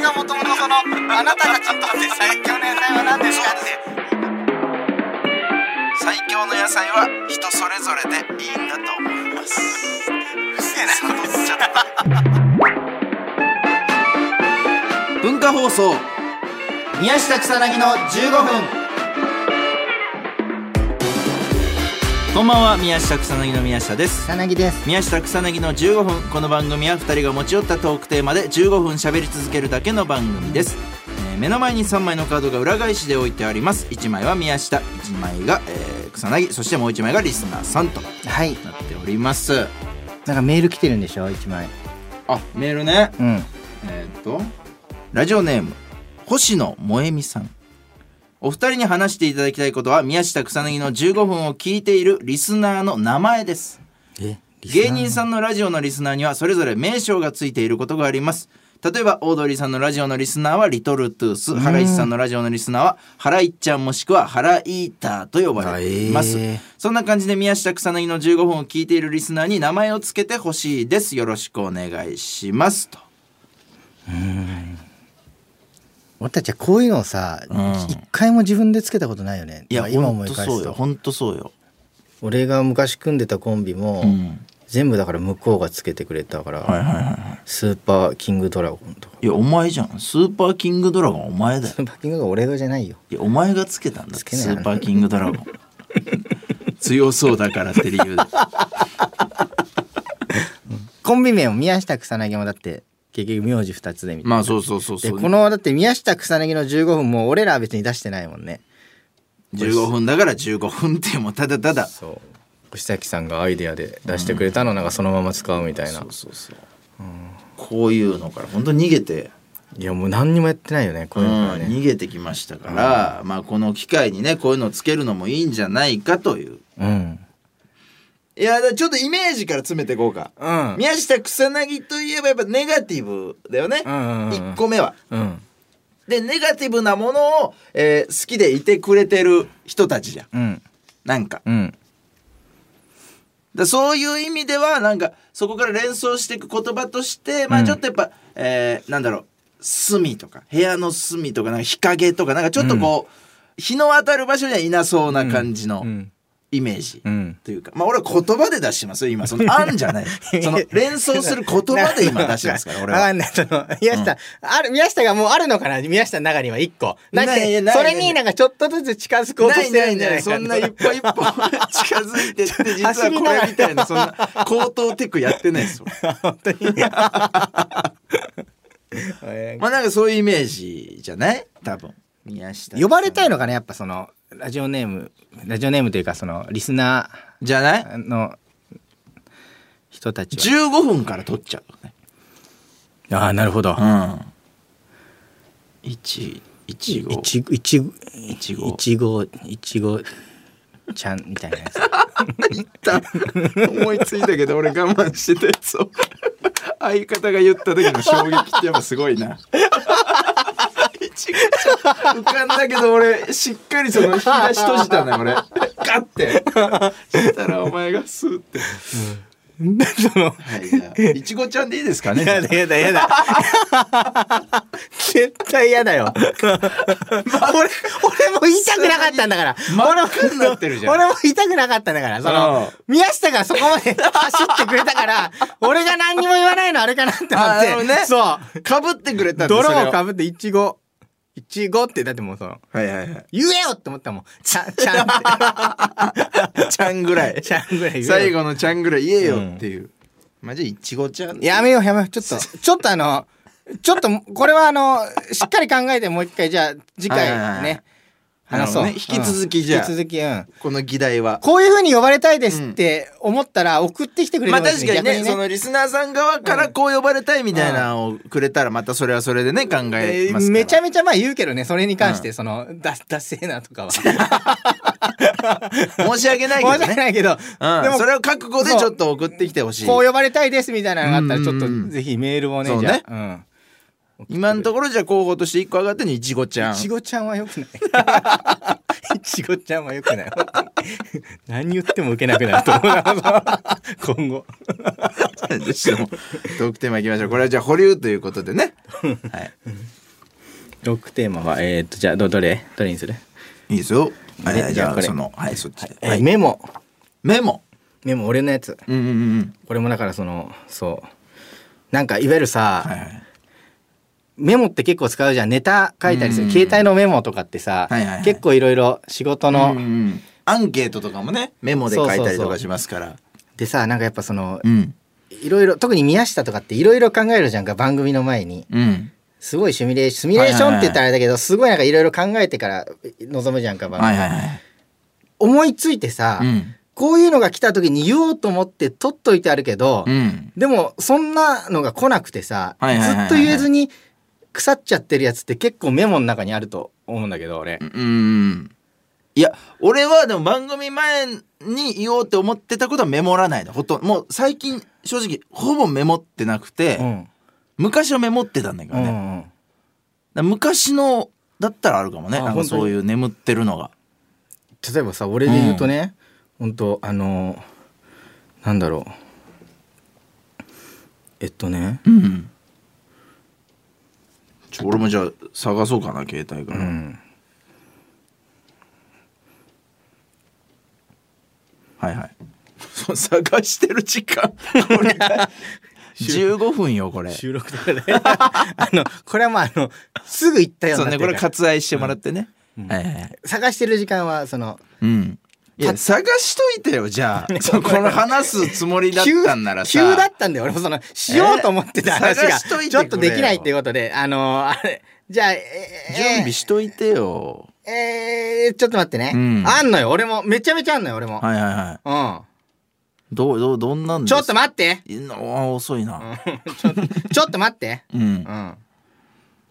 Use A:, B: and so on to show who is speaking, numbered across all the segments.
A: そのあなたたちにとって最強の野菜は何ですかって
B: 最強の野菜は人それぞれでいいんだと思います
A: うるせえな
B: 悟っちゃった文化放送
C: 宮下草薙の15分
B: こんばんは宮下草薙の宮下です
C: 草薙です
B: 宮下草薙の15分この番組は2人が持ち寄ったトークテーマで15分喋り続けるだけの番組です、えー目の前に3枚のカードが裏返しで置いてあります1枚は宮下1枚が、えー草薙そしてもう1枚がリスナーさんとな
C: はい
B: っております
C: なんかメール来てるんでしょ一枚
B: あメールね
C: うん
B: えーっとラジオネーム星野萌美さんお二人に話していただきたいことは宮下草薙の15分を聞いているリスナーの名前です
C: え
B: 芸人さんのラジオのリスナーにはそれぞれ名称がついていることがあります例えばオードリーさんのラジオのリスナーはリトルトゥースハライチさんのラジオのリスナーはハライちゃんもしくはハライーターと呼ばれています、
C: あえー
B: そんな感じで宮下草薙の15分を聞いているリスナーに名前をつけてほしいですよろしくお願いしますと
C: 俺たちはこういうのをさ
B: ん
C: 一、回も自分でつけたことないよね
B: いや
C: まあ今
B: 本
C: 思い
B: 当
C: 返
B: そう
C: す
B: よ
C: と
B: 本当そうよ
C: 俺が昔組んでたコンビも、
B: うん
C: 全部だから向こうがつけてくれたから、
B: はいはいはいは
C: スーパーキングドラゴンとか
B: いいやお前じゃんスーパーキングドラゴンお前だよ
C: スーパーキングドラゴン俺がじゃないよ
B: いやお前がつけたんだっ
C: つ
B: て
C: けない
B: スーパーキングドラゴン 強そうだからって理由で
C: コンビ名も宮下草薙もだって結局名字2つでみたいな、
B: まあそうそうそうそ
C: で
B: う
C: このだって宮下草薙の15分もう俺らは別に出してないもんね
B: 15分だから15分ってもうただただ
C: そう星崎さんがアイデアで出してくれたのなんかそのまま使うみたいな、
B: そうそうそう、こういうのから本当に逃げて、
C: いやもう何にもやってないよねこういうのは
B: うん
C: ね
B: 逃げてきましたから、まあこの機会にねこういうのをつけるのもいいんじゃないかという
C: うん
B: いやだからちょっとイメージから詰めていこうか、
C: うん
B: 宮下草薙といえばやっぱネガティブだよね、
C: うんうんうん
B: 1個目は
C: うん
B: でネガティブなものを、えー好きでいてくれてる人たちじゃん
C: うん
B: なんか
C: うん
B: だそういう意味ではなんかそこから連想していく言葉としてまあちょっとやっぱ、えーなんだろう隅とか部屋の隅とかなんか日陰とかなんかちょっとこう、日の当たる場所にはいなそうな感じの
C: うん
B: イメージ。
C: うん
B: というかまあ俺は言葉で出してますよ今その「案じゃない その連想する言葉で今出してますから俺
C: わ
B: は
C: か んない。その、宮下、ある、宮下がもうあるのかな宮下の中には一個。なんか、
B: ないない
C: それになんかちょっとずつ近づこうとしてるんじゃないか
B: そんな一歩一 歩近づいてって実はこれみたいなそんな口頭テクやってないですよ
C: 本当に。
B: まあなんかそういうイメージじゃない多分宮下
C: 呼ばれたい
B: の
C: のかなやっぱその、ラジオネーム、ラジオネームというかその、リスナ
B: じゃない
C: ーの人たちは。
B: 15分から取っちゃうね
C: ああ、なるほど。
B: うん1一
C: い
B: 五
C: ちご、いちご、
B: い
C: い
B: ち
C: ち
B: ご
C: ご、いちご、いちごちゃんみたいなやつ。
B: いった思いついたけど俺我慢してたやつを相方が言った時の衝撃ってやっぱすごいないちごちゃん浮かんだけど俺しっかりその引き出し閉じたね俺ガッてしたらお前がスーって、
C: その、
B: はいじゃあいちごちゃんでいいですかね
C: やだやだやだ。絶対やだよ。俺、俺も言いたくなかったんだから。
B: 真っ赤になってるじゃん
C: 俺も言いたくなかったんだから。そ
B: うん
C: の、宮下がそこまで走ってくれたから、俺が何にも言わないのあれかなって思
B: あな
C: っ
B: るほど
C: て。
B: ね
C: そ
B: かぶってくれたん
C: う。
B: だそれ
C: 泥を
B: を
C: かぶって、いちご。いちごって、だってもうその、
B: はいはいはい
C: 言えよって思ったもん。ちゃん、ちゃん っ
B: ちゃんぐらい
C: て。ちゃんぐらい言えよ。
B: 最後のちゃんぐらい言えよっていう、まあじゃあいちごちゃん
C: やめようやめよう。ちょっと、ちょっとあの、ちょっと、これはあの、しっかり考えてもう一回、じゃあ次
B: はいはいは
C: 回
B: い
C: ね、話そう。
B: なるほどね引き続きじゃあ
C: うん引き続き、うん。
B: この議題は
C: こういう風に呼ばれたいですって思ったら送ってきてくれ
B: ま
C: る
B: あ確かにねそのリスナーさん側からこう呼ばれたいみたいなのをくれたらまたそれはそれでね考えますから、
C: めちゃ
B: め
C: めちゃまあ言うけどね、それに関し
B: う
C: て、その、だ、だせえなとかは。
B: ちゃ申し訳ないけ
C: 申し
B: ど
C: 訳
B: ね
C: ないけど、で
B: うん、
C: も
B: それを覚悟でちょっと送ってきてほしい
C: こう呼ばれたいですみたいなのがあったら、ちょっ
B: うんうんうん
C: とぜひメールを
B: そ
C: ね、
B: う
C: じ
B: ね
C: ゃあ。うん
B: 今のところじゃあ候補として1個上がってるのいちごちゃん
C: いちごちゃんはよくない。 いちごちゃんはよくない。 何言っても受けなくなると思う。 今後。
B: でもトークテーマいきましょうこれはじゃあ保留ということでね、はい、
C: ロックテーマは、えー、っと、じゃあ、ど、どれどれにする、
B: いいですよ。え
C: で
B: ーじ
C: じゃ
B: ゃ
C: あこ
B: あ、
C: れ
B: その、はい、そっちで。
C: えーメモ。
B: メモ。
C: メモ、俺のやつ。
B: うんうんうんうん。
C: これもだから、その、そう。なんか、いわゆるさ、
B: はいはい。
C: メモって結構使うじゃん。ネタ書いたりす
B: う
C: る。
B: ん
C: 携帯のメモとかってさ、
B: はいはいはい
C: 結構いろいろ仕事の、
B: うんうんアンケートとかもね、メモで書いたりとかしますから。
C: でさ、なんかやっぱその、
B: うん。
C: いろいろ、特に宮下とかっていろいろ考えるじゃんか、番組の前に。
B: うん。
C: すごいシミュレーション、シミュレーションって言ったらあれだけど、すごいなんかいろいろ考えてから臨むじゃんか、番組。
B: はいはいはい。
C: 思いついてさ、
B: うん。
C: こういうのが来た時に言おうと思って取っといてあるけど、
B: うん。
C: でもそんなのが来なくてさ、
B: はいはいはいはい
C: ずっと言えずに腐っちゃってるやつって結構メモの中にあると思うんだけど俺、
B: うん。いや、俺はでも番組前に言おうって思ってたことはメモらないの。ほとんど、もう最近正直ほぼメモってなくて、
C: うん
B: 昔はメモってたんだけど
C: う
B: ね。
C: ん
B: だか
C: うん
B: ら昔のだったらあるかもね。
C: あ
B: なん
C: 本当
B: か
C: に
B: そういう眠ってるのが。
C: 例えばさ俺で言うとね、ほん、本当あのなんだろうえっとね
B: うん。ちょ俺もじゃあ探そうかな携帯か
C: う
B: ら。
C: ん
B: はいはい。そう探してる時間。これ15分よこれ。
C: 収録とかで あのこれはまああのすぐ行ったよう
B: そ
C: に
B: う
C: なって
B: ね
C: る
B: こ
C: か
B: れ
C: ら
B: 割愛してもらってね。はいはいはい。
C: 探してる時間はその
B: うん。いや
C: た
B: 探しといてよじゃあそうこの話すつもりだっ
C: 急
B: たんならさ
C: 急だったんだよ俺もそのしようと思ってた話
B: 探
C: が
B: しといて
C: ちょっとできないっていう
B: く
C: ことであのーあれじゃあ、えー
B: 準備しといてよ、
C: えーちょっと待ってね、
B: うん
C: あんのよ俺もめちゃめちゃあんのよ俺も、
B: はいはいは
C: うん
B: いどうどうどんなんです
C: ちょっと待って
B: いやあ遅いな
C: ちょっと待って
B: うん、
C: うん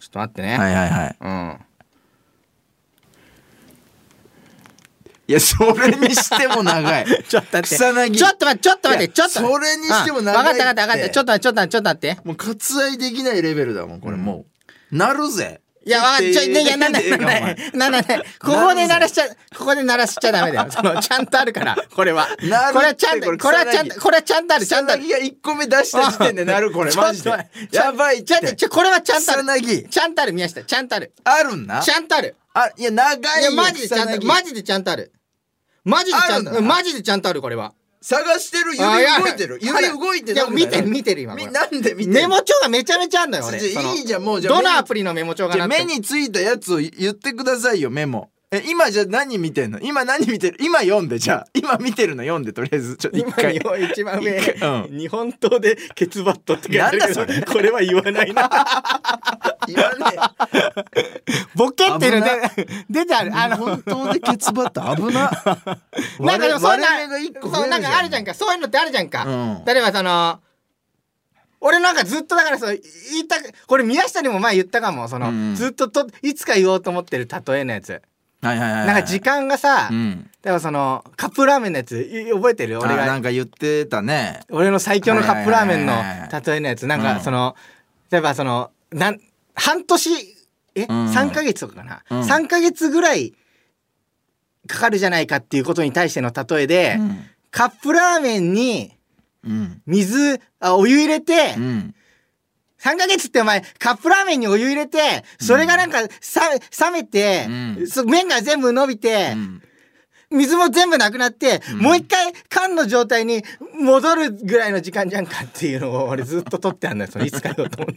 C: ちょっと待ってね、
B: はいはいはい
C: うん
B: いやそれにしても長い
C: ちょっと待って
B: 草薙
C: ちょっと待ってちょっと待っ
B: い
C: て
B: や
C: ちょっと待って
B: それにしても長い
C: あ分かった分かった分かっ
B: ったて
C: ちょっと待ってちょっと待ってちょっと待って
B: もう割愛できないレベルだもんこれもう、なるぜ
C: いや、わかんない。ちょ、ね、いや、なんだ、
B: いや
C: なん
B: い
C: だ、
B: やいやいや
C: なんだ、ね、ここで鳴らしちゃ、ここで鳴らしちゃダメだよ。その、ちゃんとあるから、これは。これ
B: なるって
C: はちゃん、
B: ことれ
C: これはちゃん
B: 草
C: と、
B: 薙
C: これはちゃんとある、ちゃんとあ
B: 草
C: る。
B: 薙が1個目出した時点でなるこれマジで
C: ちょっと待って
B: やばいって
C: ちゃんと、ちょ、これはちゃんとある。
B: 草薙
C: ちゃんとある、宮下。ちゃんとある。
B: あるんな
C: ちゃんとある。
B: あいや長い
C: い
B: よ
C: や、マジでちゃん
B: 草
C: と、
B: 薙
C: マジでちゃんとある。マジでちゃん
B: ある
C: と、
B: んだ
C: マジでちゃんとある、これは。
B: 探してる指
C: あいや
B: 動いてる指動いてる
C: いや、見てる、見てる、今。こ
B: み
C: れ
B: なんで見てる
C: メモ帳がめちゃめちゃあんのよ、俺。
B: じゃあ
C: その
B: いいじゃんもうじゃあ
C: ど
B: 目
C: の
B: に
C: アプリのメモ帳が
B: じゃあ
C: なっ
B: 目
C: ても
B: についたやつを言ってくださいよメモえ今じゃあ何見てんの今何見てる今読んでじゃあ今見てるの読んでとりあえずちょっと一
C: 今
B: 回
C: 日本一番上
B: 一回う
C: 日本刀でケツバットって書いてあるけ
B: なん
C: ど
B: だそれ
C: これは言わな いな
B: 言わね
C: ボケってるね 出てあ
B: え
C: るあの
B: 本当でケツバッタ危な
C: なんかでもそんな
B: 割れ目が一個増
C: そう
B: え
C: なんかあるじゃん
B: か
C: かそういうのってあるじゃんか、
B: うん
C: 例えばその俺なんかずっとだからそう言いたくこれ宮下にも前言ったかもその、
B: うん
C: ずっとといつか言おうと思ってる例えのやつ
B: はいはいはい
C: なんか時間がさ、
B: うん
C: 例えばそのカップラーメンのやつい覚えてる
B: あ
C: 俺が
B: なんか言ってたね
C: 俺の最強のカップラーメンの
B: はいはいはいはい
C: 例えのやつなん
B: う
C: か
B: ん
C: その、例えばそのなん半年え、
B: ん
C: 3ヶ月とかかな、
B: うん
C: 3ヶ月ぐらいかかるじゃないかっていうことに対しての例えで、
B: うん
C: カップラーメンに
B: うん
C: 水あお湯入れて、
B: うん
C: 3ヶ月ってお前カップラーメンにお湯入れてそれがなんかさ冷めて、
B: うん
C: そ麺が全部伸びて
B: う、ん
C: 水も全部なくなって、
B: うん
C: もう一回缶の状態に戻るぐらいの時間じゃんかっていうの を俺ずっと撮ってあんのよそのいつかようと思っ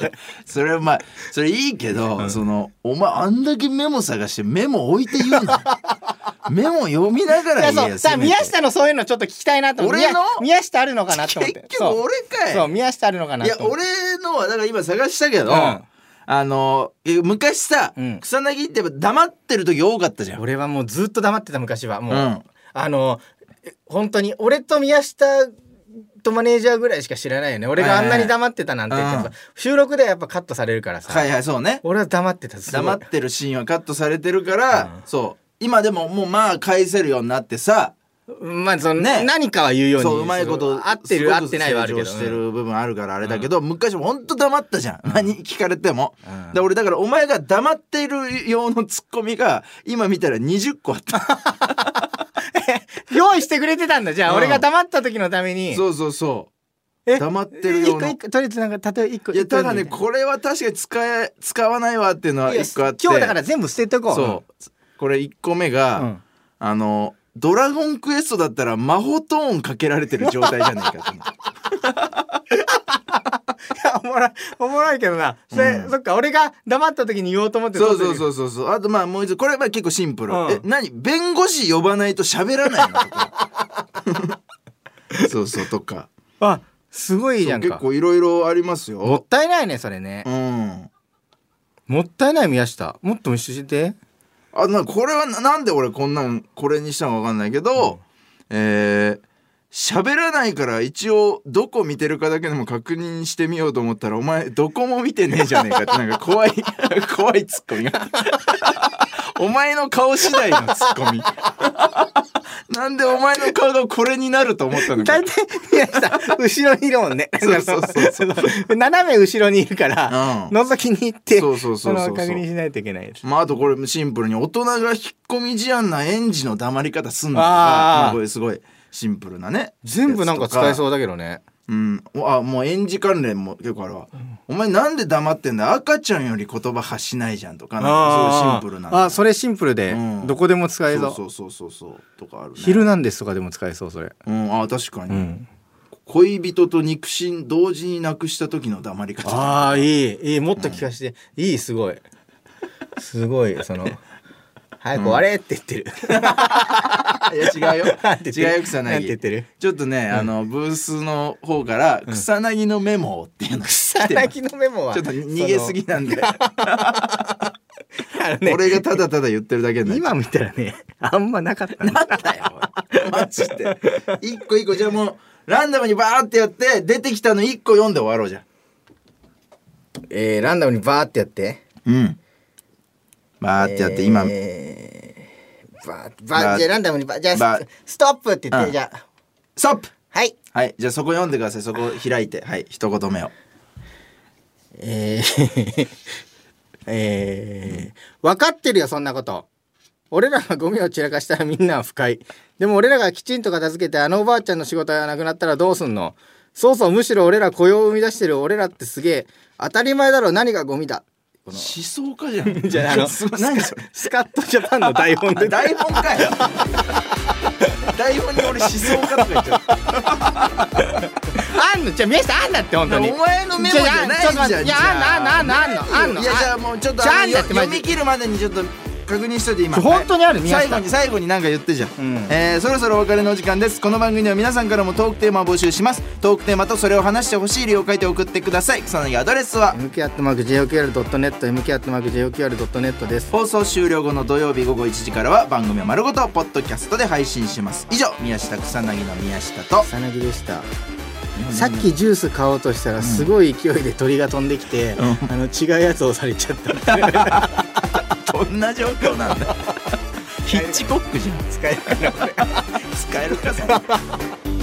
C: て
B: それはまあそれいいけど、そのお前あんだけメモ探してメモ置いて言う なメモ読みながら言え
C: いやそう
B: よ
C: さあ
B: せめて
C: 宮下のそういうのちょっと聞きたいなと思って
B: 俺の
C: 宮宮下あるのかなと思って
B: 結局俺かい
C: そうそう宮下あるのかない
B: や
C: と思って
B: 俺のはだから今探したけど、
C: うん
B: あのえ昔さ、
C: うん
B: 草薙ってやっぱ黙ってる時多かったじゃん、
C: 俺はもうずっと黙ってた昔はもう、
B: うん
C: あのえ本当に俺と宮下とマネージャーぐらいしか知らないよね俺があんなに黙ってたなんて言ってもさ
B: うん
C: 収録ではやっぱカットされるからさ、
B: はいはいそうね
C: 俺は黙ってたすごい
B: 黙ってるシーンはカットされてるから、
C: うん
B: そう今でももうまあ返せるようになってさ
C: まあその、
B: ね
C: 何かは言うように
B: そううまいこと
C: 合ってる
B: す
C: 合
B: ご
C: っ
B: く
C: てないはあるけど
B: 成長してる部分あるからあれだけど、昔も本当黙ったじゃん、何聞かれても、
C: うん
B: で俺だからお前が黙っている用のツッコミが今見たら20個あった
C: 用意してくれてたんだじゃあ、
B: うん
C: 俺が黙った時のために
B: そうそうそ
C: え
B: 黙ってるよう
C: 一個
B: な
C: 一個とりあえずなんか例えば一 個
B: いやただね
C: 一個
B: これは確かに使え使わないわっていうのは
C: 一
B: 一
C: 個
B: 個あって
C: 今日だから全部捨てとこう
B: そうこれ1個目が、
C: うん
B: あの「ドラゴンクエスト」だったら魔法トーンかけられてる状態じゃないかと思って
C: いやおもろいおもろいけどなそれ、
B: うん
C: そっか俺が黙った時に言おうと思って
B: そうそうそううそうそうあとまあもう一つこれは結構シンプル、
C: うん
B: え何弁護士呼ばないと喋らないのとか そうそうとか
C: あすごいじゃん
B: そう
C: か
B: 結構いろいろあります
C: もっ
B: よ
C: たいないねそれね
B: う、ん
C: もったいない宮下もっと見せて
B: あなこれはななんで俺こんなんこれにしたのか分かんないけど、えー喋らないから一応どこ見てるかだけでも確認してみようと思ったらお前どこも見てねえじゃねえかって なんか怖い 怖いツッコミがお前の顔次第のツッコミなんでお前の顔がこれになると思ったのか
C: 大体宮下後ろにいるもんね
B: そうそうそう
C: う斜め後ろにいるから、
B: うん
C: 覗きに行って
B: そうそうそうそうそう
C: の確認しないといけないです
B: まああとこれシンプルに大人が引っ込み思案な園児の黙り方すんのとか
C: あー
B: まあこれすごいシンプルなね
C: 全部なんか使え
B: う
C: そうだけどね
B: うん、おあもう演じ関連も結構あるわ、お前なんで黙ってんだ赤ちゃんより言葉発しないじゃんとかなんかすごいシンプルなんだ
C: あそれシンプルで、
B: うん
C: どこでも使えそう
B: そうそうそうそうそうとかあるね
C: ヒルナンデスとかでも使えそうそれ
B: うんあ確かに、
C: うん
B: 恋人と肉親同時に亡くした時の黙り方
C: ああいいいいもっと聞かして、いいすごいすごいその早く終われって言ってる、
B: いや違うよ
C: なんて言ってる
B: 違うよ草
C: なんて言っ
B: 薙
C: てる
B: ちょっとね、あのブースの方から草薙のメモっていうの
C: 田
B: 草
C: 中のメモは
B: ちょっと逃げすぎなん で、
C: そのあのね
B: 俺がただただ言ってるだけになっちゃう
C: 今見た らねあんまなかったんだ
B: なんだよおい マジで一個一個じゃあもうランダムにバーってやって出てきたの一個読んで終わろうじゃ
C: えー、ランダムにバーってやって
B: うんバーってやって今、
C: えー、バーってバー
B: バー
C: じゃあランダムにバーじゃあ
B: バー
C: スストップって言って、
B: うん
C: じゃあ
B: ストップ
C: はい
B: はいじゃあそこ読んでくださいそこ開いてはい一言目を
C: えーえー、分かってるよそんなこと俺らがゴミを散らかしたらみんなは不快でも俺らがきちんと片付けてあのおばあちゃんの仕事がなくなったらどうすんのそうそうむしろ俺ら雇用を生み出してる俺らってすげえ当たり前だろ何がゴミだこの
B: 思想家 じゃん
C: じゃああの
B: すごい何それ
C: スカットジャパンの台 本で
B: 台本か よ台本に俺思想家とか言っちゃった
C: あんのじゃあ宮下あんだって本当に
B: お前のメモじゃないじゃん
C: いやあんのあんのあんのあんのあんの
B: いやじゃあ
C: あ
B: もうちょっと
C: じゃあ
B: あのよ
C: だってマジ
B: 読
C: で
B: み切るまでにちょっと確認しといて今
C: ちょ本当にあ
B: は
C: る
B: い
C: 宮下
B: 最後に最後に何か言ってじゃん、
C: ん
B: えーそろそろお別れのお時間ですこの番組では皆さんからもトークテーマを募集しますトークテーマとそれを話してほしい理由を書いて送ってください草薙アドレスは
C: mk.joqr.net mk.joqr.net です
B: 放送終了後の土曜日午後1時からは番組を丸ごとポッドキャストで配信します以上宮下草薙の宮下と
C: 草薙でしたさっきジュース買おうとしたらすごい勢いで鳥が飛んできて、
B: う
C: あの違うやつをされちゃった
B: どんな状況なん だヒッチコックじゃん使えるか使えるかそれ